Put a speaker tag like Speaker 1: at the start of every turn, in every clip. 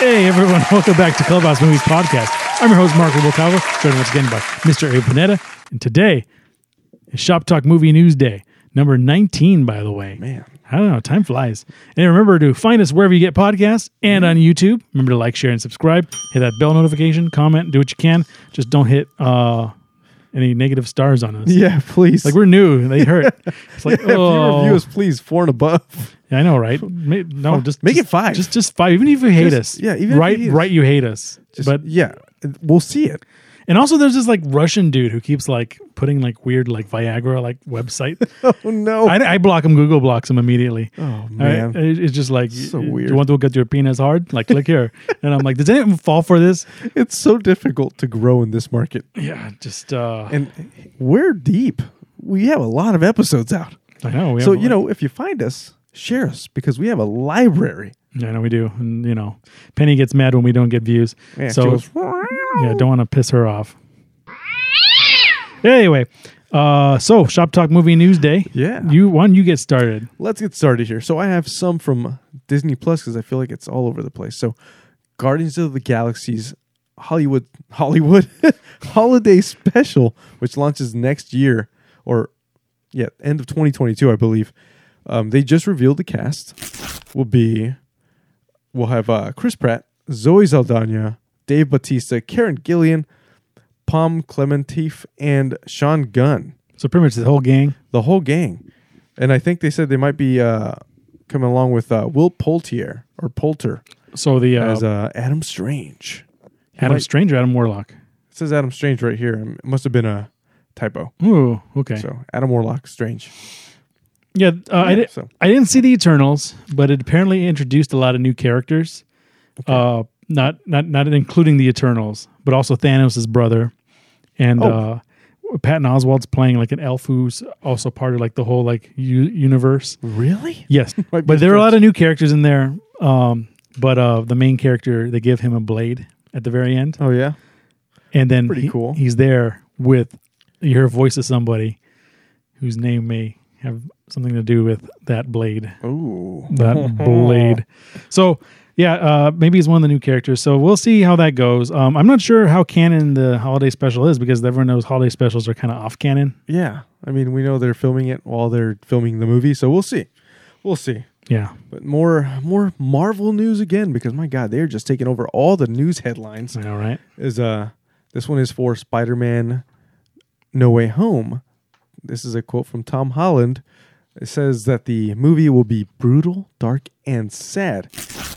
Speaker 1: Hey everyone, welcome back to Clubhouse Movies Podcast. I'm your host Mark Rubalcava, joined once again by Mr. Ariel Panetta, and today is Shop Talk Movie News Day, number 19, by the way.
Speaker 2: Man.
Speaker 1: I don't know, time flies. And remember to find us wherever you get podcasts and on YouTube. Remember to like, share, and subscribe. Hit that bell notification, comment, do what you can. Just don't hit uh, any negative stars on us.
Speaker 2: Yeah, please.
Speaker 1: Like we're new, they hurt. It's like
Speaker 2: if you
Speaker 1: oh,
Speaker 2: review us, please four and above.
Speaker 1: Yeah, I know, right? Ma- No, just
Speaker 2: Make it
Speaker 1: just-
Speaker 2: five.
Speaker 1: Just just five. Even if you hate
Speaker 2: Just-
Speaker 1: us,
Speaker 2: yeah, even if
Speaker 1: right,
Speaker 2: you hate us.
Speaker 1: right, you hate us.
Speaker 2: Just-
Speaker 1: but
Speaker 2: yeah, we'll see it.
Speaker 1: and also, there's this like Russian dude who keeps like putting like weird like Viagra like website.
Speaker 2: Oh no.
Speaker 1: I, I block him. Google blocks him immediately.
Speaker 2: oh
Speaker 1: I-
Speaker 2: man.
Speaker 1: it- it's just like
Speaker 2: So
Speaker 1: "Do
Speaker 2: weird.
Speaker 1: You want to get your penis hard? Like click here, and I'm like, does anyone fall for this?
Speaker 2: it's so difficult to grow in this market.
Speaker 1: Yeah, just uh,
Speaker 2: And we're deep. We have a lot of episodes out.
Speaker 1: I know. We
Speaker 2: So,
Speaker 1: have,
Speaker 2: you know, if you find us, share us because we have a library.
Speaker 1: know, I know we do, and you know, Penny gets mad when we don't get views.
Speaker 2: Yeah, she
Speaker 1: so
Speaker 2: goes,
Speaker 1: Yeah, don't want to piss her off. Anyway, uh, so Shop Talk Movie News Day.
Speaker 2: Yeah.
Speaker 1: you one you get started.
Speaker 2: Let's get started here. So I have some from Disney Plus because I feel like it's all over the place. So Guardians of the Galaxy's Hollywood Hollywood holiday special, which launches next year or yeah, end of 2022, I believe. Um, they just revealed the cast. Will be we'll have uh, Chris Pratt, Zoe Saldana, Dave Bautista, Karen Gillian, Palm Clementif, and Sean Gunn
Speaker 1: So pretty much the whole gang.
Speaker 2: the whole gang. And I think they said they might be uh, coming along with uh, Will Poultier or Poulter
Speaker 1: So the uh,
Speaker 2: as uh, Adam Strange. He
Speaker 1: Adam
Speaker 2: might-
Speaker 1: Strange, or Adam Warlock.
Speaker 2: it says Adam Strange right here. Um, It must have been a typo.
Speaker 1: Ooh, okay.
Speaker 2: So Adam Warlock Strange.
Speaker 1: yeah, uh, I did.
Speaker 2: So
Speaker 1: I didn't see the Eternals, but it apparently introduced a lot of new characters. Uh, not not not including the Eternals, but also Thanos' brother, and
Speaker 2: Oh.
Speaker 1: uh, Patton Oswald's playing like an elf who's also part of like the whole like u- universe.
Speaker 2: really,
Speaker 1: Yes,
Speaker 2: Might be
Speaker 1: but
Speaker 2: a
Speaker 1: there are a lot
Speaker 2: stretch.
Speaker 1: of new characters in there. Um, but uh, the main character, they give him a blade at the very end,
Speaker 2: Oh yeah.
Speaker 1: and then
Speaker 2: pretty
Speaker 1: he-
Speaker 2: cool.
Speaker 1: He's there with you hear a voice of somebody whose name may have something to do with that blade.
Speaker 2: Ooh.
Speaker 1: That blade. So yeah, uh, maybe he's one of the new characters. So we'll see how that goes. Um, I'm not sure how canon the holiday special is because everyone knows holiday specials are kind of off canon.
Speaker 2: Yeah. I mean, we know they're filming it while they're filming the movie, so we'll see. We'll see.
Speaker 1: Yeah.
Speaker 2: But more, more Marvel news again because my God, they're just taking over all the news headlines.
Speaker 1: I know, right?
Speaker 2: is uh this one is for Spider-Man No Way Home. This is a quote from Tom Holland. It says that the movie will be brutal, dark, and sad.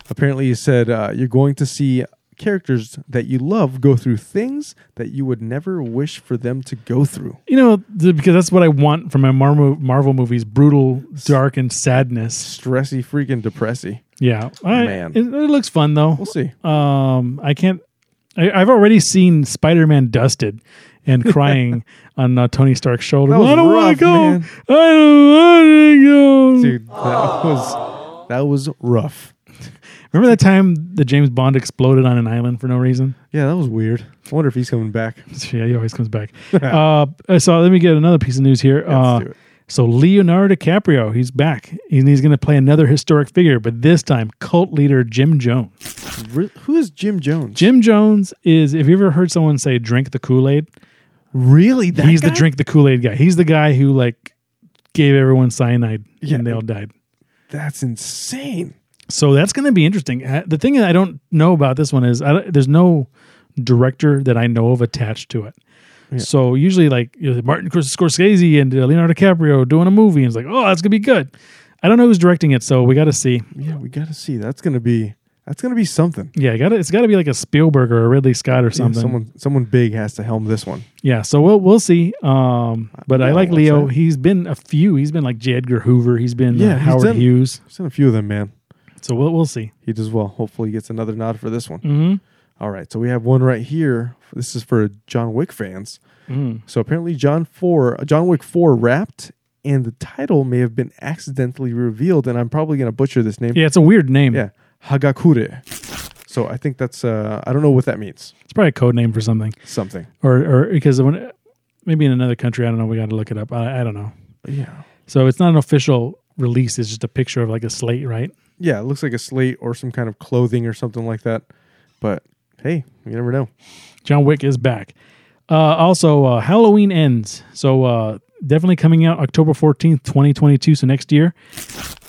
Speaker 2: Apparently, he said uh, you're going to see characters that you love go through things that you would never wish for them to go through.
Speaker 1: You know, th- because that's what I want from my Marvel Marvel movies: brutal, dark, and sadness.
Speaker 2: Stressy, freaking depressy.
Speaker 1: Yeah, I,
Speaker 2: Man.
Speaker 1: it, it looks fun though.
Speaker 2: We'll see.
Speaker 1: Um, I can't. I, I've already seen Spider-Man dusted and crying on uh, Tony Stark's shoulder.
Speaker 2: That was
Speaker 1: I don't want
Speaker 2: rough,
Speaker 1: to go.
Speaker 2: man.
Speaker 1: I don't want to go.
Speaker 2: Dude, that was that was rough.
Speaker 1: Remember that time the James Bond exploded on an island for no reason?
Speaker 2: Yeah, that was weird. I wonder if he's coming back.
Speaker 1: Yeah, he always comes back. uh, so let me get another piece of news here. uh,
Speaker 2: do it.
Speaker 1: So Leonardo DiCaprio, he's back, and he's going to play another historic figure, but this time cult leader Jim Jones.
Speaker 2: Re- Who is Jim Jones?
Speaker 1: Jim Jones is, if you ever heard someone say "drink the Kool Aid,"
Speaker 2: really? That
Speaker 1: he's the
Speaker 2: guy?
Speaker 1: drink the Kool Aid guy. He's the guy who like gave everyone cyanide
Speaker 2: Yeah.
Speaker 1: and they all died.
Speaker 2: That's insane.
Speaker 1: So that's going to be interesting. Uh, The thing that I don't know about this one is I don't, there's no director that I know of attached to it. So usually, like you know, Martin Scors- Scorsese and uh, Leonardo DiCaprio doing a movie, and it's like, oh, that's gonna be good. I don't know who's directing it, so we got to see.
Speaker 2: Yeah, we gotta see. That's gonna be that's gonna be something.
Speaker 1: Yeah, got to it's got to be like a Spielberg or a Ridley Scott or
Speaker 2: Yeah,
Speaker 1: something. Yeah,
Speaker 2: someone someone big has to helm this one.
Speaker 1: so we'll we'll see. Um, but I
Speaker 2: Yeah,
Speaker 1: like
Speaker 2: that's
Speaker 1: Leo.
Speaker 2: it.
Speaker 1: He's been a few. He's been like J. Edgar Hoover. He's been uh,
Speaker 2: Yeah, he's
Speaker 1: Howard
Speaker 2: done-
Speaker 1: Hughes.
Speaker 2: I've seen a few of them, man.
Speaker 1: So we'll we'll see.
Speaker 2: He does well. Hopefully, he gets another nod for this one.
Speaker 1: Mm-hmm.
Speaker 2: All right, so we have one right here. This is for John Wick fans. So apparently, John four, John Wick four, wrapped, and the title may have been accidentally revealed. And I'm probably gonna butcher this name.
Speaker 1: Yeah, it's a weird name.
Speaker 2: yeah. Hagakure. So I think that's uh, I don't know what that means.
Speaker 1: It's probably a code name for something.
Speaker 2: Something.
Speaker 1: or or because when maybe in another country, I don't know. We got to look it up. I, I don't know.
Speaker 2: Yeah.
Speaker 1: So it's not an official release. It's just a picture of like a slate, right?
Speaker 2: yeah, it looks like a slate or some kind of clothing or something like that. But hey, you never know.
Speaker 1: John Wick is back. Uh, also, uh, Halloween ends. So uh, definitely coming out October 14th, 2022. So next year.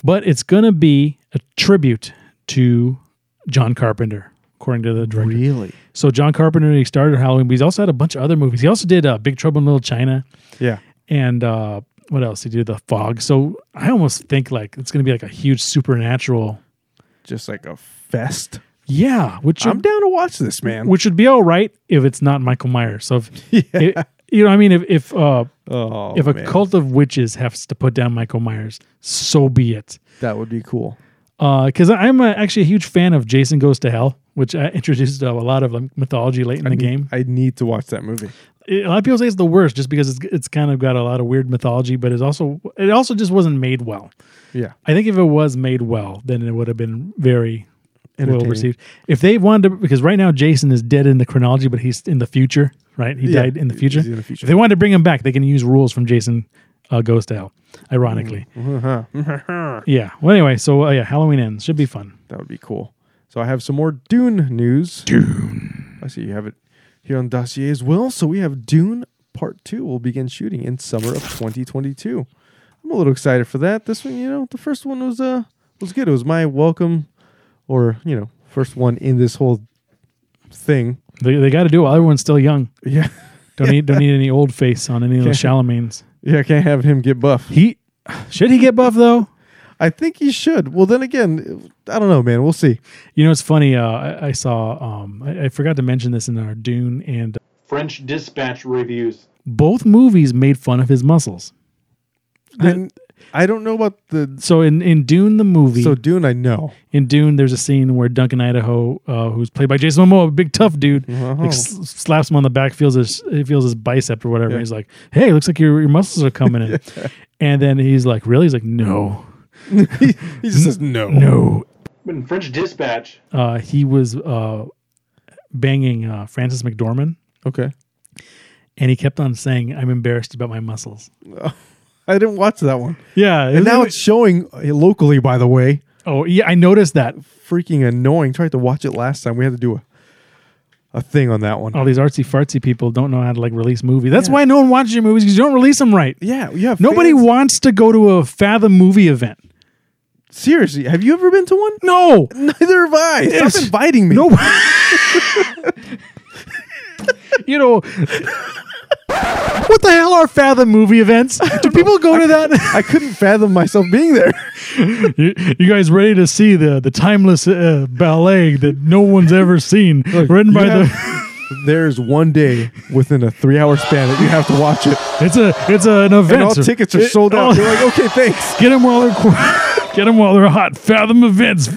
Speaker 1: But it's going to be a tribute to John Carpenter, according to the director.
Speaker 2: Really?
Speaker 1: So John Carpenter, he started Halloween, but he's also had a bunch of other movies. He also did uh, Big Trouble in Little China
Speaker 2: Yeah.
Speaker 1: and uh, what else? He did The Fog. So I almost think like it's going to be like a huge supernatural.
Speaker 2: Just like a fest.
Speaker 1: Yeah, which
Speaker 2: I'm down to watch this, man.
Speaker 1: which would be all right if it's not Michael Myers. So if,
Speaker 2: Yeah.
Speaker 1: it- you know, what I mean, if if uh,
Speaker 2: oh,
Speaker 1: if a
Speaker 2: man.
Speaker 1: cult of witches has to put down Michael Myers, so be it.
Speaker 2: that would be cool.
Speaker 1: Because I'm uh actually a huge fan of Jason Goes to Hell, which I introduced uh, a lot of like, mythology late in the game.
Speaker 2: I need to watch that movie.
Speaker 1: It- a lot of people say it's the worst just because it's it's kind of got a lot of weird mythology, but it's also it also just wasn't made well.
Speaker 2: Yeah.
Speaker 1: I think if it was made well, then it would have been very well
Speaker 2: Entertaining.
Speaker 1: received. If they wanted to, because right now Jason is dead in the chronology, but he's in the future, right? He
Speaker 2: Yeah,
Speaker 1: died in the
Speaker 2: he's
Speaker 1: future.
Speaker 2: in the future.
Speaker 1: If they wanted to bring him back, they can use rules from Jason uh, Goes to Hell, ironically.
Speaker 2: that
Speaker 1: Yeah. Well, anyway, so uh, yeah, Halloween ends. Should be fun.
Speaker 2: would be cool. So I have some more Dune news. Dune. I see you have it here on dossier as well. So we have Dune Part Two will begin shooting in summer of 2022. I'm a little excited for that. This one, you know, the first one was uh was good. It was my welcome, or you know, first one in this whole thing.
Speaker 1: They, they got to do it while everyone's still young.
Speaker 2: Yeah,
Speaker 1: Don't need don't need any old face on any of those
Speaker 2: Yeah.
Speaker 1: Chalamans.
Speaker 2: yeah. I can't have him get buff.
Speaker 1: He should he get buff though?
Speaker 2: I think he should. Well, then again, I don't know, man. We'll see.
Speaker 1: You know, it's funny. Uh, I, I saw. Um, I, I forgot to mention this in our Dune, and
Speaker 3: French Dispatch reviews.
Speaker 1: both movies made fun of his muscles.
Speaker 2: Then I don't know about the
Speaker 1: So in, in Dune the movie,
Speaker 2: so Dune. I know.
Speaker 1: in Dune, there's a scene where Duncan Idaho, uh, who's played by Jason Momoa, a big tough dude,
Speaker 2: Mm-hmm. Oh.
Speaker 1: like, s- slaps him on the back, feels his he feels his bicep or whatever.
Speaker 2: Yeah.
Speaker 1: He's like, "Hey, looks like your your muscles are coming in," and then he's like, "Really?" He's like, "No,
Speaker 2: he, he just says no.
Speaker 1: no."
Speaker 3: In French Dispatch,
Speaker 1: Uh, he was uh, banging uh, Francis McDormand,
Speaker 2: Okay.
Speaker 1: and he kept on saying, "I'm embarrassed about my muscles."
Speaker 2: I didn't watch that one.
Speaker 1: Yeah,
Speaker 2: And now it's showing uh, locally, by the way.
Speaker 1: oh yeah, I noticed that
Speaker 2: Freaking annoying. Tried to watch it last time. We had to do a, a thing on that one.
Speaker 1: all these artsy fartsy people don't know how to like release movies. That's why no one watches your movies because you don't release them right.
Speaker 2: Yeah, you have
Speaker 1: Nobody
Speaker 2: fans-
Speaker 1: wants to go to a Fathom movie event.
Speaker 2: Seriously, have you ever been to one?
Speaker 1: No.
Speaker 2: Neither have I.
Speaker 1: Yes.
Speaker 2: Stop inviting me.
Speaker 1: No. you know, what the hell are Fathom movie events? Do people go to that?
Speaker 2: I couldn't fathom myself being there.
Speaker 1: you, you guys ready to see the the timeless uh, ballet that no one's ever seen, written by
Speaker 2: You
Speaker 1: the?
Speaker 2: have- there's one day within a three-hour span that you have to watch it,
Speaker 1: It's a it's a, an event.
Speaker 2: and all tickets are
Speaker 1: It-
Speaker 2: sold
Speaker 1: all-
Speaker 2: out. You're like, okay, thanks.
Speaker 1: Get them while they're qu- get 'em while they're hot. Fathom events.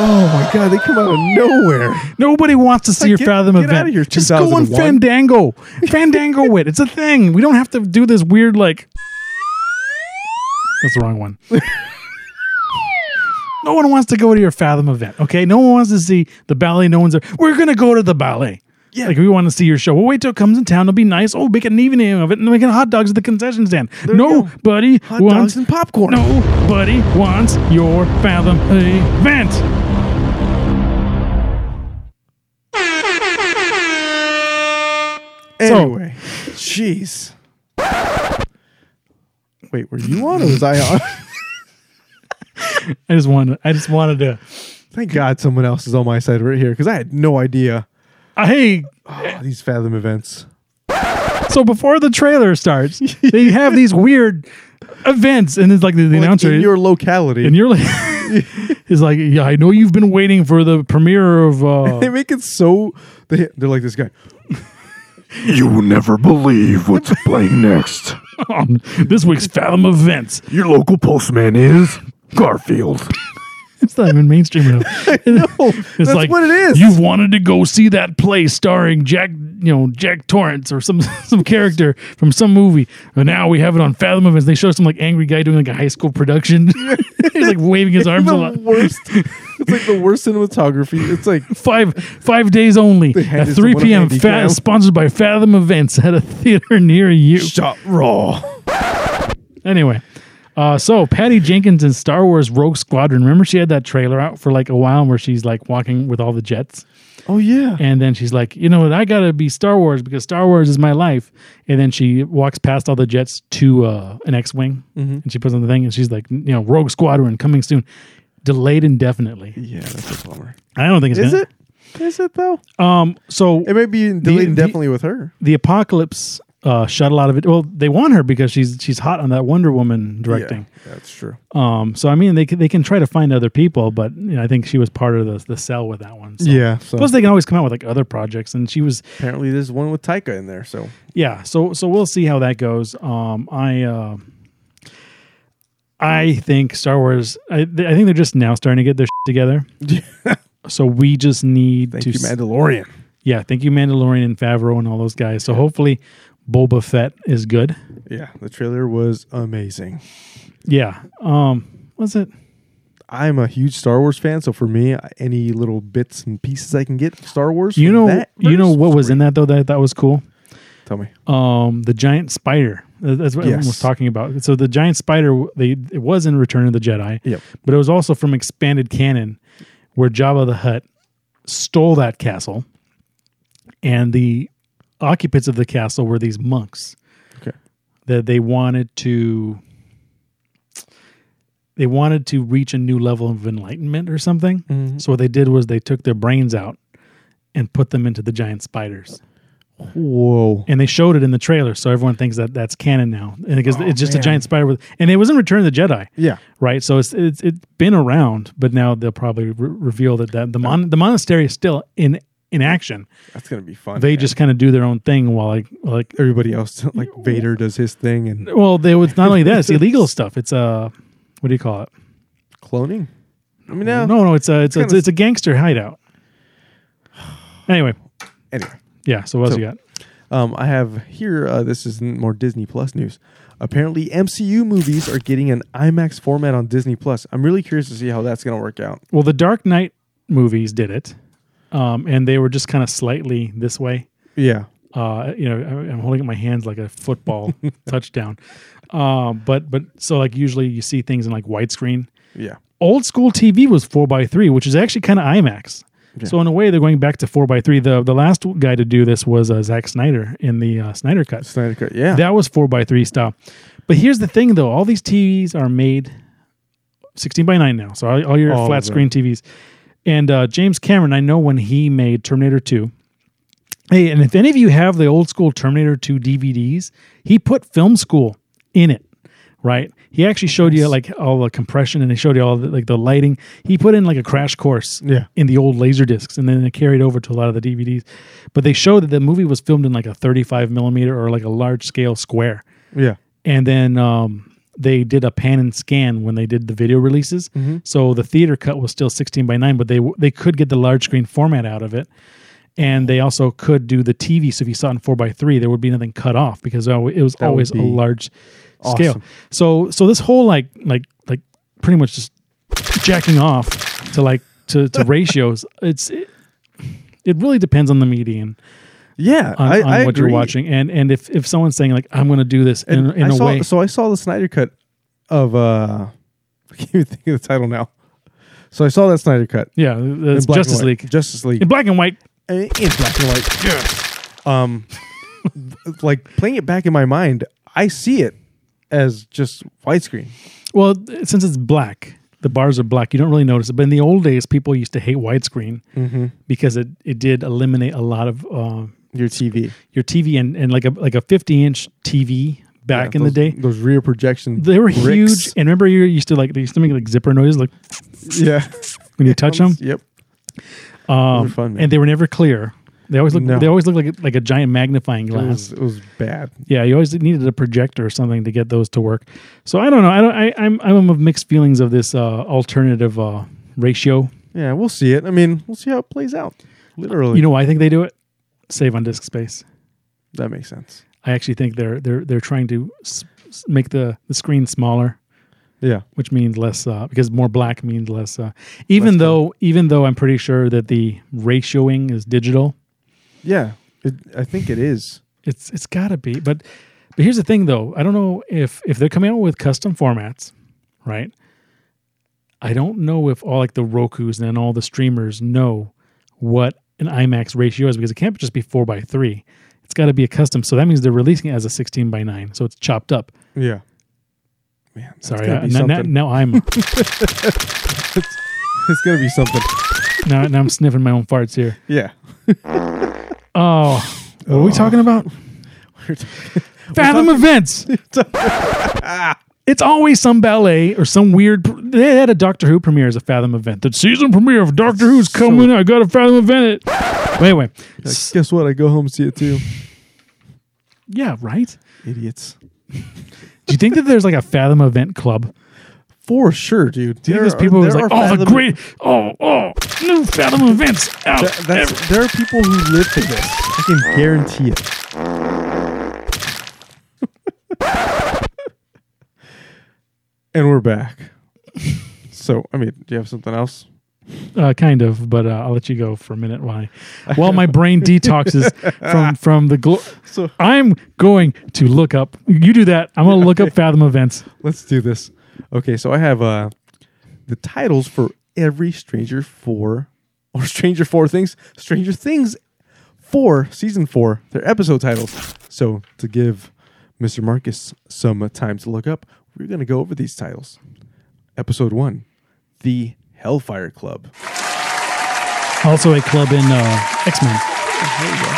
Speaker 2: Oh my god, they come out of nowhere.
Speaker 1: Nobody wants to see
Speaker 2: Like,
Speaker 1: your
Speaker 2: get-
Speaker 1: Fathom
Speaker 2: get
Speaker 1: event.
Speaker 2: outta here,
Speaker 1: Just go on
Speaker 2: 2001.
Speaker 1: Fandango. Fandango it. It's a thing. We don't have to do this weird like. That's the wrong one. no one wants to go to your Fathom event. Okay, no one wants to see the ballet. No one's. There. We're gonna go to the ballet. Yeah. Like we want to see your show. We'll wait till it comes in town. It'll be nice. Oh, make an evening of it, and we can hot dogs at the concession stand.
Speaker 2: you
Speaker 1: No,
Speaker 2: go.
Speaker 1: buddy
Speaker 2: Hot
Speaker 1: wants
Speaker 2: dogs and popcorn.
Speaker 1: Nobody wants your Fathom event.
Speaker 2: Anyway, jeez. Wait, were you on or was I on?
Speaker 1: I just wanted. I just wanted to.
Speaker 2: Thank God someone else is on my side right here because I had no idea
Speaker 1: Uh, hey,
Speaker 2: oh, these Fathom events.
Speaker 1: so before the trailer starts, they have these weird events, and it's like the, the
Speaker 2: Like,
Speaker 1: announcer
Speaker 2: in your locality,
Speaker 1: and you're like, is like, yeah, I know you've been waiting for the premiere of.
Speaker 2: they
Speaker 1: Uh,
Speaker 2: make it so they, they're like this guy.
Speaker 4: You will never believe what's playing next.
Speaker 1: um, this week's Fathom events.
Speaker 4: Your local postman is Garfield.
Speaker 1: It's not even mainstream enough. it's
Speaker 2: that's
Speaker 1: like
Speaker 2: what it is.
Speaker 1: You've wanted to go see that play starring Jack, you know, Jack Torrance or some some character from some movie. But now we have it on Fathom events. They show some like angry guy doing like a high school production. He's like waving his arms a lot.
Speaker 2: the worst. It's like the worst cinematography. It's like
Speaker 1: Five five days only
Speaker 2: had
Speaker 1: at
Speaker 2: this
Speaker 1: 3
Speaker 2: one
Speaker 1: p.m.
Speaker 2: handy
Speaker 1: Fa-
Speaker 2: cam.
Speaker 1: sponsored by Fathom Events at a theater near you.
Speaker 2: shot raw.
Speaker 1: Anyway, Uh, so Patty Jenkins in Star Wars Rogue Squadron. Remember, she had that trailer out for like a while where she's like walking with all the jets,
Speaker 2: Oh yeah.
Speaker 1: and then she's like, you know, what? I gotta be Star Wars because Star Wars is my life. And then she walks past all the jets to uh, an X-wing,
Speaker 2: Mm-hmm.
Speaker 1: and she puts on the thing, and she's like, you know, Rogue Squadron coming soon, delayed indefinitely.
Speaker 2: Yeah, that's a bummer.
Speaker 1: I don't think it's
Speaker 2: Is
Speaker 1: gonna-
Speaker 2: it? Is it though?
Speaker 1: Um, so
Speaker 2: It may be delayed
Speaker 1: the-
Speaker 2: indefinitely with her.
Speaker 1: the apocalypse uh, shuttle out of it. Well, they want her because she's she's hot on that Wonder Woman directing.
Speaker 2: Yeah, that's true.
Speaker 1: Um, so I mean, they can, they can try to find other people, but you know, I think she was part of the the cell with that one. So.
Speaker 2: Yeah. So
Speaker 1: Plus, they can always come out with like other projects, and she was
Speaker 2: apparently there's one with Taika in there. So
Speaker 1: yeah. So so we'll see how that goes. Um, I. Uh, I think Star Wars. I, I think they're just now starting to get their shit together. So we just need
Speaker 2: thank
Speaker 1: to.
Speaker 2: you,
Speaker 1: s-
Speaker 2: Mandalorian.
Speaker 1: yeah, thank you, Mandalorian and Favreau and all those guys. So hopefully, Boba Fett is good.
Speaker 2: Yeah, the trailer was amazing.
Speaker 1: Yeah. Um was it?
Speaker 2: I'm a huge Star Wars fan, so for me, any little bits and pieces I can get of Star Wars,
Speaker 1: You
Speaker 2: from
Speaker 1: know
Speaker 2: that
Speaker 1: you know
Speaker 2: verse
Speaker 1: what was in that though that that was cool?
Speaker 2: great. Tell me,
Speaker 1: Um the giant spider. Uh, That's what everyone was
Speaker 2: Yes.
Speaker 1: talking about. So the giant spider they it was in Return of the Jedi.
Speaker 2: Yep.
Speaker 1: But it was also from expanded canon where Jabba the Hutt stole that castle and the occupants of the castle were these monks.
Speaker 2: Okay.
Speaker 1: That they wanted to they wanted to reach a new level of enlightenment or something.
Speaker 2: Mm-hmm.
Speaker 1: So what they did was they took their brains out and put them into the giant spiders.
Speaker 2: whoa,
Speaker 1: And they showed it in the trailer, so everyone thinks that that's canon now. And because it's just a
Speaker 2: Oh, man.
Speaker 1: giant spider with and it was in Return of the Jedi,
Speaker 2: yeah,
Speaker 1: right? So it's it's, it's been around, but now they'll probably re- reveal that, that the mon- the monastery is still in in action.
Speaker 2: that's gonna be fun.
Speaker 1: They
Speaker 2: man.
Speaker 1: just kind of do their own thing while like like
Speaker 2: everybody else like Vader does his thing and
Speaker 1: well, they was not only that, it's illegal stuff. It's uh what do you call it?
Speaker 2: cloning. I mean, no,
Speaker 1: No, no, it's a it's a,
Speaker 2: kinda-
Speaker 1: it's a gangster hideout. Anyway,
Speaker 2: anyway.
Speaker 1: yeah, so what else
Speaker 2: So-
Speaker 1: you got?
Speaker 2: Um, I have here. Uh, this is n- more Disney Plus news. Apparently, MCU movies are getting an IMAX format on Disney Plus. I'm really curious to see how that's gonna work out.
Speaker 1: Well, the Dark Knight movies did it, um, and they were just kind of slightly this way.
Speaker 2: Yeah,
Speaker 1: Uh, you know, I- I'm holding up my hands like a football touchdown. Uh, but but so like usually you see things in like widescreen.
Speaker 2: yeah,
Speaker 1: Old school TV was four x three, which is actually kind of IMAX. So in a way, they're going back to four x three. The the last guy to do this was uh, Zack Snyder in the uh, Snyder Cut.
Speaker 2: Snyder Cut. Yeah,
Speaker 1: That was four by three style. But here's the thing, though: all these TVs are made sixteen by nine now, so all, all your
Speaker 2: All
Speaker 1: flat
Speaker 2: of them.
Speaker 1: screen TVs. And uh, James Cameron, I know when he made Terminator Two. Hey, and if any of you have the old school Terminator Two DVDs, he put Film School in it. Right, he actually showed you like all the compression, and he showed you all the, like the lighting. He put in like a crash course,
Speaker 2: Yeah.
Speaker 1: in the old laser discs, and then it carried over to a lot of the DVDs. But they showed that the movie was filmed in like a 35 millimeter or like a large scale square,
Speaker 2: yeah.
Speaker 1: and then um, they did a pan and scan when they did the video releases.
Speaker 2: Mm-hmm.
Speaker 1: So the theater cut was still 16 by 9, but they they could get the large screen format out of it. And they also could do the TV. So if you saw it in 4 by 3 there would be nothing cut off because it was
Speaker 2: would
Speaker 1: always a
Speaker 2: be
Speaker 1: large scale.
Speaker 2: awesome.
Speaker 1: So so this whole like like like pretty much just jacking off to like to, to ratios. It's it, it really depends on the median
Speaker 2: Yeah,
Speaker 1: on,
Speaker 2: I,
Speaker 1: on
Speaker 2: I
Speaker 1: what
Speaker 2: agree.
Speaker 1: you're watching and and if if someone's saying like I'm going to do this in, in
Speaker 2: I
Speaker 1: a
Speaker 2: saw,
Speaker 1: way.
Speaker 2: So I saw the Snyder cut of uh, I can't even think of the title now. So I saw that Snyder cut.
Speaker 1: Yeah,
Speaker 2: in
Speaker 1: that's
Speaker 2: black and
Speaker 1: Justice
Speaker 2: white.
Speaker 1: League.
Speaker 2: Justice League.
Speaker 1: In black and white.
Speaker 2: Uh, in black and white. Um, like playing it back in my mind, I see it as just widescreen.
Speaker 1: Well, th- since it's black, the bars are black. You don't really notice it. But in the old days, people used to hate widescreen
Speaker 2: Mm-hmm.
Speaker 1: because it, it did eliminate a lot of uh,
Speaker 2: Your TV
Speaker 1: your TV and, and like a like a 50 inch TV back in the day.
Speaker 2: those rear projection.
Speaker 1: They were
Speaker 2: bricks.
Speaker 1: huge. And remember, you used to like they used to make like zipper noises, like
Speaker 2: Yeah,
Speaker 1: when you touch them.
Speaker 2: Yep.
Speaker 1: Um,
Speaker 2: fun, man.
Speaker 1: and they were never clear. They always look.
Speaker 2: No.
Speaker 1: They always look like a- like a giant magnifying
Speaker 2: It
Speaker 1: glass.
Speaker 2: was, it was bad.
Speaker 1: Yeah, you always needed a projector or something to get those to work. So I don't know. I don't. I, I'm I'm of mixed feelings of this uh, alternative uh, ratio.
Speaker 2: Yeah, we'll see it. I mean, we'll see how it plays out. Literally,
Speaker 1: You know, why I think they do it save on disk space.
Speaker 2: that makes sense.
Speaker 1: I actually think they're they're they're trying to s- s- make the the screen smaller,
Speaker 2: Yeah,
Speaker 1: which means less uh, because more black means less. Uh, even though even though I'm pretty sure that the ratioing is digital.
Speaker 2: yeah. It, I think it is.
Speaker 1: It's it's got to be, but But here's the thing, though. I don't know if if they're coming out with custom formats, right? I don't know if all like the Roku's and then all the streamers know what an IMAX ratio is because it can't just be four by three. It's got to be a custom. So that means they're releasing it as a sixteen by nine. So it's chopped up.
Speaker 2: Yeah. Man, that's
Speaker 1: Sorry,
Speaker 2: gotta
Speaker 1: I,
Speaker 2: be
Speaker 1: now, now,
Speaker 2: something.
Speaker 1: now I'm
Speaker 2: It's gonna be something.
Speaker 1: now, now I'm sniffing my own farts here.
Speaker 2: Yeah.
Speaker 1: Oh, what are we talking about?
Speaker 2: We're talking-
Speaker 1: Fathom events. it's always some ballet or some weird. pr- They had a Doctor Who premiere as a Fathom event. The season premiere of Doctor Who's
Speaker 2: So-
Speaker 1: coming. I got a Fathom event. At, anyway,
Speaker 2: like,
Speaker 1: s-
Speaker 2: guess what? I go home see it too.
Speaker 1: yeah, right.
Speaker 2: Idiots.
Speaker 1: Do you think that there's like a Fathom event club?
Speaker 2: For sure, dude.
Speaker 1: Do you think there's people who's like, oh, the great, oh, oh, new Fathom events out.
Speaker 2: That, that's,
Speaker 1: every-"
Speaker 2: there are people who live for this. I can guarantee it. and we're back. So, I mean, do you have something else?
Speaker 1: uh, kind of, but uh, I'll let you go for a minute. Why? While my brain detoxes from from the. Glo-
Speaker 2: So
Speaker 1: I'm going to look up. You do that. I'm going to look up Fathom events.
Speaker 2: let's do this. Okay, so I have uh the titles for every Stranger Four or Stranger Four things, Stranger Things four, season four, their episode titles. So to give Mr. Marcus some uh, time to look up, we're gonna go over these titles. Episode one, the Hellfire Club.
Speaker 1: Also, a club in uh, X Men.
Speaker 2: There you go.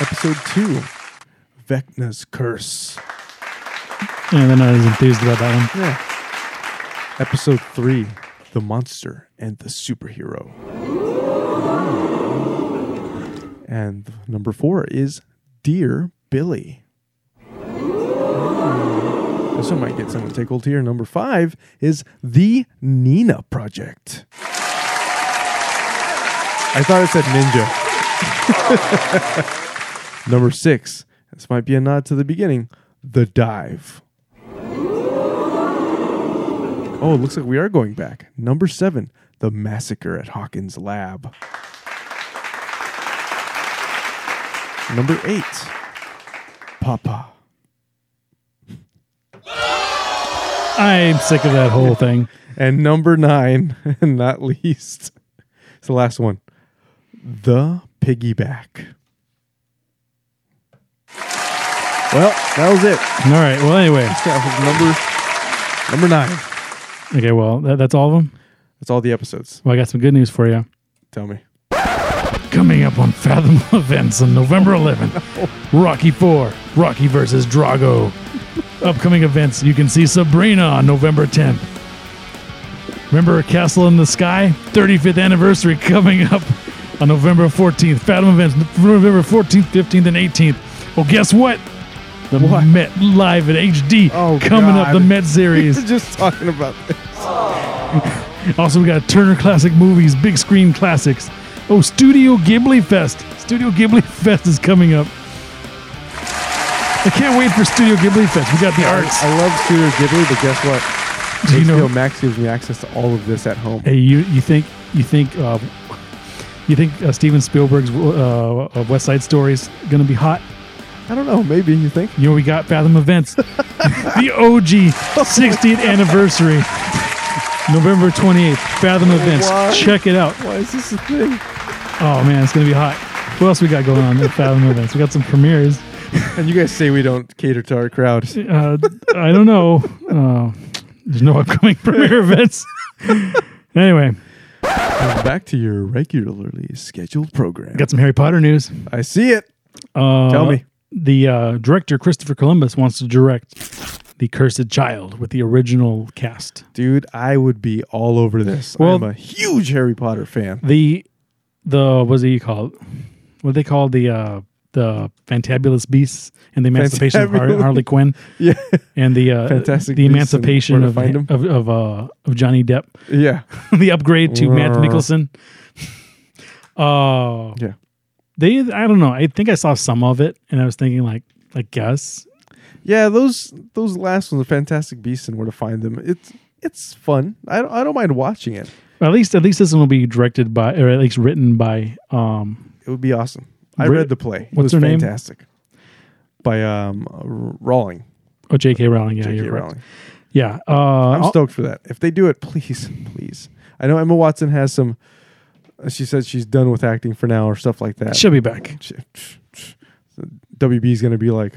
Speaker 2: Episode two, Vecna's Curse.
Speaker 1: Yeah, they're not as enthused about that one.
Speaker 2: Yeah. Episode three, the monster and the superhero. And number four is Dear Billy. Hmm. This one might get someone tickled here. Number five is the Nina Project. I thought it said ninja. number six. This might be a nod to the beginning. The dive. Oh, it looks like we are going back. Number seven, the massacre at Hawkins Lab. Number eight, Papa.
Speaker 1: I'm sick of that whole thing.
Speaker 2: And number nine, and not least, it's the last one, the piggyback. Well, that was it.
Speaker 1: All right. Well, anyway.
Speaker 2: That was number number nine.
Speaker 1: Okay. Well, that, that's all of them.
Speaker 2: That's all the episodes.
Speaker 1: Well, I got some good news for you.
Speaker 2: Tell me.
Speaker 1: Coming up on Fathom Events on November 11th, Rocky 4, Rocky versus Drago. Upcoming events, you can see Sabrina on November 10th. Remember Castle in the Sky? 35th anniversary coming up on November 14th. Fathom Events, November 14th, 15th, and 18th. Well, guess what? The Met Live in HD
Speaker 2: Oh,
Speaker 1: coming up,
Speaker 2: God.
Speaker 1: the Met series.
Speaker 2: Just talking about this.
Speaker 1: Also, we got Turner Classic Movies, Big Screen Classics. Oh, Studio Ghibli Fest. Studio Ghibli Fest is coming up. I can't wait for Studio Ghibli Fest. We got the arts.
Speaker 2: I love Studio Ghibli, but guess what?
Speaker 1: Do you
Speaker 2: HBO
Speaker 1: know?
Speaker 2: Max gives me access to all of this at home.
Speaker 1: Hey, you you think you think uh, you think uh, Steven Spielberg's uh, uh, West Side Story is gonna be hot?
Speaker 2: I don't know. Maybe you think
Speaker 1: You know, we got Fathom Events, the OG 60th anniversary, November 28th. Fathom Events.
Speaker 2: Wow.
Speaker 1: Check it out.
Speaker 2: why is this a thing?
Speaker 1: Oh man, it's gonna be hot. What else we got going on at Fathom events? We got some premieres.
Speaker 2: And you guys say we don't cater to our crowd.
Speaker 1: Uh, I don't know. Uh, there's no upcoming premiere events. anyway,
Speaker 2: Back to your regularly scheduled program.
Speaker 1: got some Harry Potter news.
Speaker 2: I see it.
Speaker 1: Uh,
Speaker 2: Tell me.
Speaker 1: The uh, director Christopher Columbus wants to direct the Cursed Child with the original cast.
Speaker 2: Dude, I would be all over this.
Speaker 1: Well-
Speaker 2: I'm a huge Harry Potter fan.
Speaker 1: The the what's he called? What do they call the uh, the Fantabulous Beasts and the Emancipation of Har-
Speaker 2: Fantabulous.
Speaker 1: Harley Quinn?
Speaker 2: Yeah.
Speaker 1: and the uh,
Speaker 2: Fantastic
Speaker 1: the
Speaker 2: Beasts and
Speaker 1: emancipation
Speaker 2: Where to
Speaker 1: of
Speaker 2: Find 'Em.
Speaker 1: of of, uh, of Johnny Depp,
Speaker 2: Yeah.
Speaker 1: the upgrade to Matt
Speaker 2: Roar.
Speaker 1: Mickelson. Uh,
Speaker 2: Yeah.
Speaker 1: they I don't know. I think I saw some of it, and I was thinking like, I guess
Speaker 2: Yeah, those those last ones, the Fantastic Beasts and Where to Find Them. It's it's fun. I don't, I don't mind watching it.
Speaker 1: at least at least this one will be directed by or at least written by um
Speaker 2: It would be awesome. I
Speaker 1: Ri-
Speaker 2: read the play. It
Speaker 1: what's
Speaker 2: was
Speaker 1: her name?
Speaker 2: fantastic. by um, Rawling.
Speaker 1: Oh, J.K. Rowling. Yeah,
Speaker 2: J.K.
Speaker 1: you're right.
Speaker 2: Rowling.
Speaker 1: Yeah. Uh,
Speaker 2: I'm
Speaker 1: I'll-
Speaker 2: stoked for that. If they do it, please, please. I know Emma Watson has some. uh, She said she's done with acting for now, or stuff like that.
Speaker 1: she'll be back.
Speaker 2: She- so WB's gonna be like,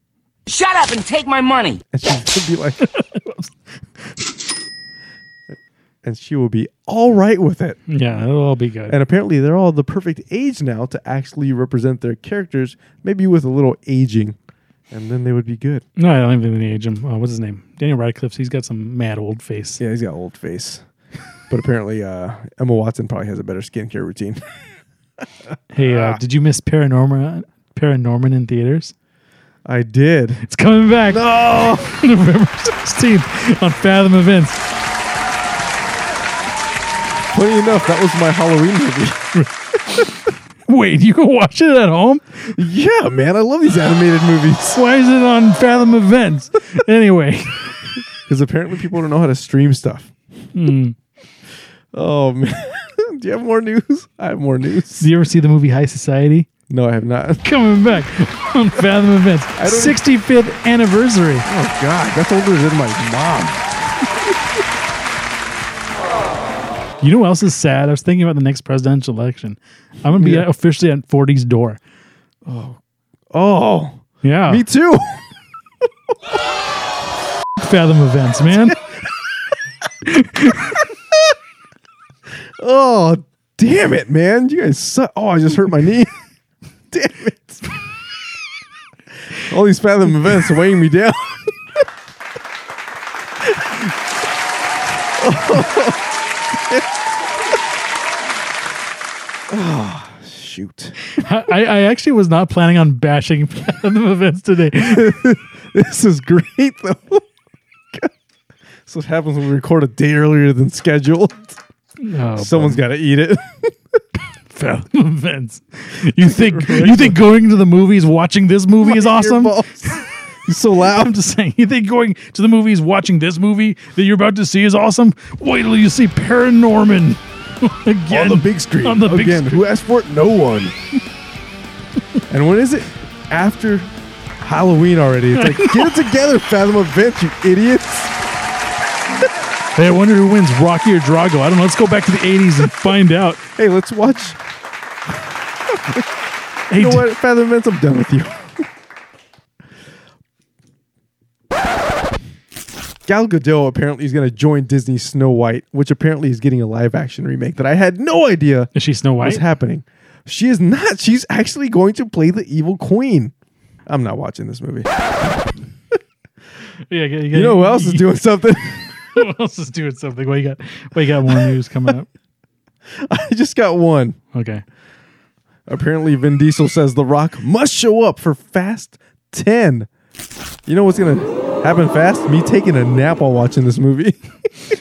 Speaker 5: Shut up and take my money.
Speaker 2: and she's gonna be like, and she will be all right with it.
Speaker 1: Yeah, it'll all be good.
Speaker 2: And apparently, they're all the perfect age now to actually represent their characters, maybe with a little aging, and then they would be good.
Speaker 1: no, I don't even age him. Uh, what's his name? Daniel Radcliffe. He's got some mad old face.
Speaker 2: Yeah, he's got an old face. But apparently, uh, Emma Watson probably has a better skincare routine.
Speaker 1: Hey,
Speaker 2: Ah.
Speaker 1: uh, did you miss Paranorman? Paranorman in theaters?
Speaker 2: I did.
Speaker 1: It's coming back. November 16th on Fathom Events.
Speaker 2: Funny enough, that was my Halloween movie.
Speaker 1: Wait, you can watch it at home?
Speaker 2: yeah, man, I love these animated movies
Speaker 1: Why is it on Fathom Events? anyway,
Speaker 2: because apparently people don't know how to stream stuff. Oh man, do you have more news? I have more news.
Speaker 1: did you ever see the movie High Society?
Speaker 2: No, I have not.
Speaker 1: Coming back on Fathom Events.
Speaker 2: don't-
Speaker 1: 65th anniversary.
Speaker 2: Oh god, that's older than my mom.
Speaker 1: You know what else is sad? I was thinking about the next presidential election. I'm going to be
Speaker 2: Yeah.
Speaker 1: officially at 40's door.
Speaker 2: Oh,
Speaker 1: Yeah.
Speaker 2: me too.
Speaker 1: Fathom Events, man.
Speaker 2: Oh, damn it, man, you guys suck. Oh, I just hurt my knee. damn it. All these fathom events are weighing me down. oh, shoot.
Speaker 1: I, I actually was not planning on bashing Fathom Events today.
Speaker 2: This is great, though. This is what happens when we record a day earlier than scheduled.
Speaker 1: Oh,
Speaker 2: Someone's got to eat it.
Speaker 1: Fathom Events. You think you think going to the movies, watching this movie is awesome?
Speaker 2: Earballs. He's so loud.
Speaker 1: I'm just saying. You think going to the movies, watching this movie that you're about to see is awesome? Wait till you see Paranorman again
Speaker 2: on the big screen.
Speaker 1: On the big
Speaker 2: Again,
Speaker 1: screen.
Speaker 2: who asked for it? No one. and when is it? After Halloween already. It's like, get it together, Fathom Events, you idiots.
Speaker 1: Hey, I wonder who wins, Rocky or Drago? I don't know. Let's go back to the '80s and find out.
Speaker 2: Hey, let's watch.
Speaker 1: Hey,
Speaker 2: You know
Speaker 1: d-
Speaker 2: what, Fathom Events, I'm done with you. Gal Gadot apparently is going to join Disney's Snow White, which apparently is getting a live action remake that I had no idea
Speaker 1: is she Snow
Speaker 2: was
Speaker 1: White?
Speaker 2: happening. She is not. She's actually going to play the evil queen. I'm not watching this movie.
Speaker 1: yeah, you,
Speaker 2: You know who else is doing something?
Speaker 1: who else is doing something? Well, you got, well, you got more news coming up.
Speaker 2: I just got one.
Speaker 1: Okay,
Speaker 2: Apparently, Vin Diesel says The Rock must show up for Fast 10. You know what's going to happen fast? Me taking a nap while watching this movie.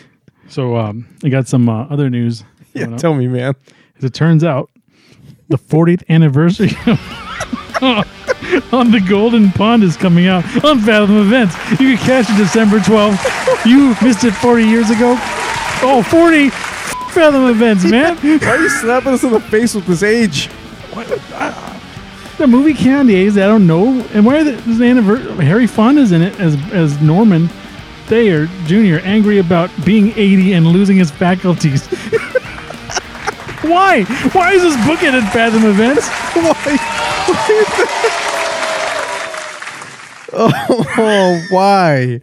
Speaker 1: so um, I got some uh, other news.
Speaker 2: yeah,
Speaker 1: coming up.
Speaker 2: tell me, man.
Speaker 1: As it turns out, the 40th anniversary on the Golden Pond is coming out on Fathom Events. You can catch it December 12th. You missed it 40 years ago. Oh, 40 Fathom Events, man.
Speaker 2: Why are you slapping us in the face with this age?
Speaker 1: The movie candy is I don't know. And why are the, this anniversary? Harry Fond is in it as as Norman Thayer Jr. angry about being 80 and losing his faculties. why? Why is this book at Fathom Events?
Speaker 2: Why? oh, why?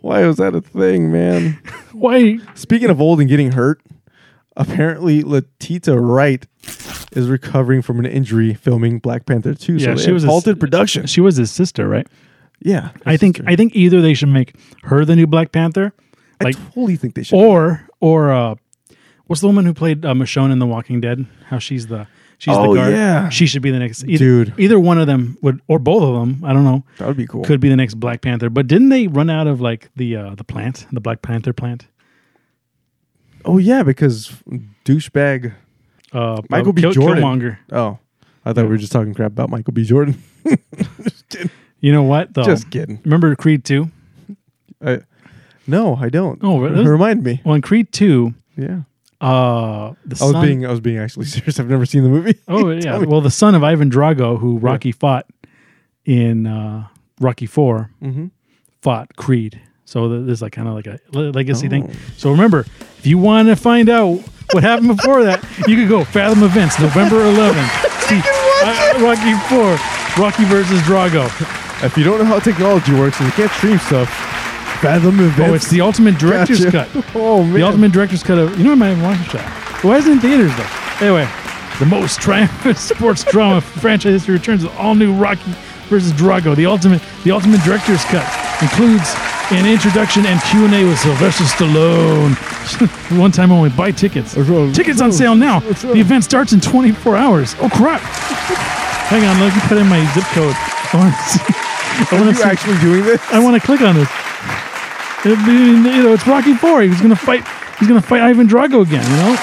Speaker 2: Why was that a thing, man?
Speaker 1: Why?
Speaker 2: Speaking of old and getting hurt, apparently Letitia Wright is recovering from an injury filming Black Panther 2.
Speaker 1: Yeah,
Speaker 2: so
Speaker 1: she
Speaker 2: she
Speaker 1: was
Speaker 2: was
Speaker 1: a-
Speaker 2: halted production.
Speaker 1: She was his sister, right?
Speaker 2: Yeah,
Speaker 1: I think I think either they should make her the new Black Panther,
Speaker 2: I
Speaker 1: like
Speaker 2: totally think they should.
Speaker 1: or or uh, what's the woman who played uh, Michonne in The Walking Dead? How she's the she's
Speaker 2: Oh,
Speaker 1: the guard.
Speaker 2: yeah.
Speaker 1: she should be the next either,
Speaker 2: Dude.
Speaker 1: Either one of them would, or both of them. I don't know.
Speaker 2: that would be cool.
Speaker 1: Could be the next Black Panther. But didn't they run out of like the uh, the plant, the Black Panther plant?
Speaker 2: oh yeah, because douchebag
Speaker 1: Uh,
Speaker 2: Michael
Speaker 1: uh,
Speaker 2: B.
Speaker 1: Kill-
Speaker 2: Jordan.
Speaker 1: Killmonger.
Speaker 2: Oh, I thought we were just talking crap about Michael B. Jordan.
Speaker 1: You know what? Though,
Speaker 2: Just kidding.
Speaker 1: Remember Creed two?
Speaker 2: I, no, I don't.
Speaker 1: Oh, really?
Speaker 2: remind me.
Speaker 1: Well, in Creed two,
Speaker 2: Yeah,
Speaker 1: uh, the
Speaker 2: I was
Speaker 1: son-
Speaker 2: being I was being actually serious. I've never seen the movie.
Speaker 1: Oh
Speaker 2: Tell
Speaker 1: yeah.
Speaker 2: me.
Speaker 1: Well, the son of Ivan Drago, who Rocky fought, in uh, Rocky Four
Speaker 2: Mhm.
Speaker 1: fought Creed. So th- there's like kind of like a le- legacy
Speaker 2: Oh.
Speaker 1: thing. So remember, if you want to find out what happened before that, you could go Fathom Events November 11th. See, uh, Rocky Four, Rocky versus Drago.
Speaker 2: If you don't know how technology works and you can't stream stuff, fathom events.
Speaker 1: Oh, it's the ultimate director's
Speaker 2: Gotcha.
Speaker 1: cut.
Speaker 2: Oh man,
Speaker 1: The ultimate director's cut of you know I might have watched that. Why is it in theaters though? Anyway, the most triumphant sports drama franchise history returns with all new Rocky versus Drago. The ultimate the ultimate director's cut includes an introduction and Q and A with Sylvester Stallone. One time only. Buy tickets. Tickets on sale now. The event starts in 24 hours. Oh crap! Hang on, let me put in my zip code. I want to see. I
Speaker 2: Are
Speaker 1: want
Speaker 2: you
Speaker 1: to see.
Speaker 2: actually doing this?
Speaker 1: I want to click on this. It'd be- you know, it's Rocky Four. He's gonna fight. He's gonna fight Ivan Drago again. You know.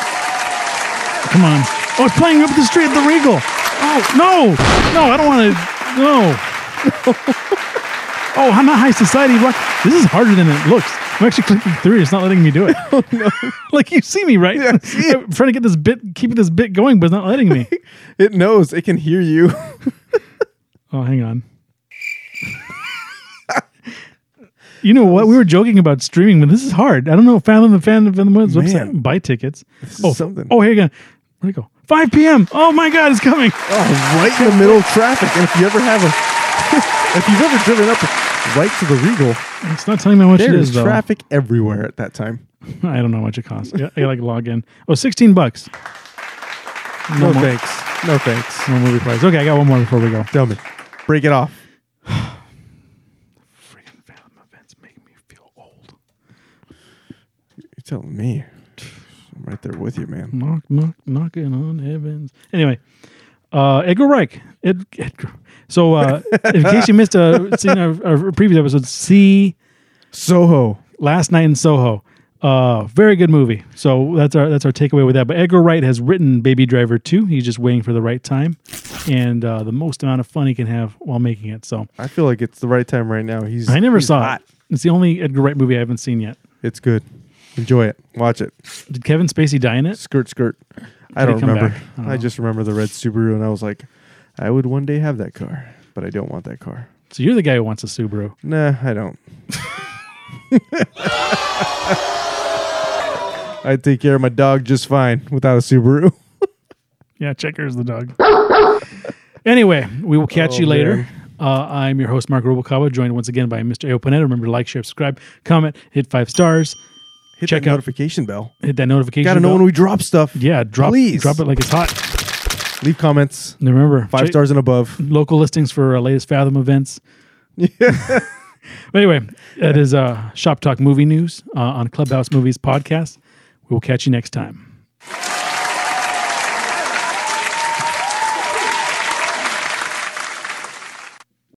Speaker 1: Come on. Oh, it's playing up the street at the Regal. Oh no, no, I don't want to. No. oh, I'm not high society. Rock- This is harder than it looks. I'm actually clicking through. It's not letting me do it. like you see me, right?
Speaker 2: Oh, Yeah, I see it.
Speaker 1: I'm trying to get this bit, keep this bit going, but it's not letting me.
Speaker 2: It knows. It can hear you.
Speaker 1: Oh, hang on. you know what? We were joking about streaming, but this is hard. I don't know. Fathom the fan of the Woods
Speaker 2: Man.
Speaker 1: website. Buy tickets.
Speaker 2: is
Speaker 1: oh,
Speaker 2: something.
Speaker 1: Oh, here you go. Where'd it go? 5 p.m. Oh my God, it's coming.
Speaker 2: Oh, right in the middle of traffic. And if you ever have a, if you've ever driven up right to the Regal,
Speaker 1: It's not telling me how much
Speaker 2: there
Speaker 1: it is
Speaker 2: is
Speaker 1: though.
Speaker 2: traffic everywhere at that time.
Speaker 1: I don't know how much it costs. Yeah, I like log in. Oh, 16 bucks.
Speaker 2: No,
Speaker 1: more-
Speaker 2: thanks. No thanks.
Speaker 1: No movie price. Okay, I got one more before we go.
Speaker 2: Tell me. Break it off.
Speaker 1: Freaking Fathom events make me feel old.
Speaker 2: You're telling me. I'm right there with you, man.
Speaker 1: Knock, knock, knocking on heavens. Anyway, uh, Edgar Reich. Ed, Edgar. So, uh, in case you missed a seen our, our previous episode, see
Speaker 2: Soho.
Speaker 1: Last Night in Soho. Uh, very good movie. So that's our that's our takeaway with that. But Edgar Wright has written Baby Driver 2. He's just waiting for the right time and uh, the most amount of fun he can have while making it. So
Speaker 2: I feel like it's the right time right now. He's.
Speaker 1: I never
Speaker 2: he's
Speaker 1: saw
Speaker 2: hot.
Speaker 1: it. It's the only Edgar Wright movie I haven't seen yet.
Speaker 2: It's good. Enjoy it. Watch it.
Speaker 1: Did Kevin Spacey die in it?
Speaker 2: Skirt, skirt. I
Speaker 1: Did
Speaker 2: don't
Speaker 1: he come
Speaker 2: remember.
Speaker 1: back? I don't
Speaker 2: I,
Speaker 1: know.
Speaker 2: just remember the red Subaru, and I was like, I would one day have that car, but I don't want that car.
Speaker 1: So you're the guy who wants a Subaru.
Speaker 2: Nah, I don't. I take care of my dog just fine without a Subaru.
Speaker 1: Yeah, Checker's the dog. anyway, we will catch
Speaker 2: Oh,
Speaker 1: you later.
Speaker 2: man.
Speaker 1: Uh, I'm your host, Mark Rubalcaba, joined once again by Mr. Ayo Panetta. Remember to like, share, subscribe, comment, hit five stars,
Speaker 2: Hit
Speaker 1: Check
Speaker 2: that
Speaker 1: out-
Speaker 2: notification bell.
Speaker 1: hit that notification.
Speaker 2: Gotta know
Speaker 1: bell.
Speaker 2: when we drop stuff.
Speaker 1: yeah, drop,
Speaker 2: Please.
Speaker 1: drop it like it's hot.
Speaker 2: Leave comments.
Speaker 1: And remember,
Speaker 2: Five
Speaker 1: check
Speaker 2: stars and above.
Speaker 1: Local listings for our latest Fathom events. but anyway, that is uh, Shop Talk Movie News uh, on Clubhouse Movies Podcast. We will catch you next time.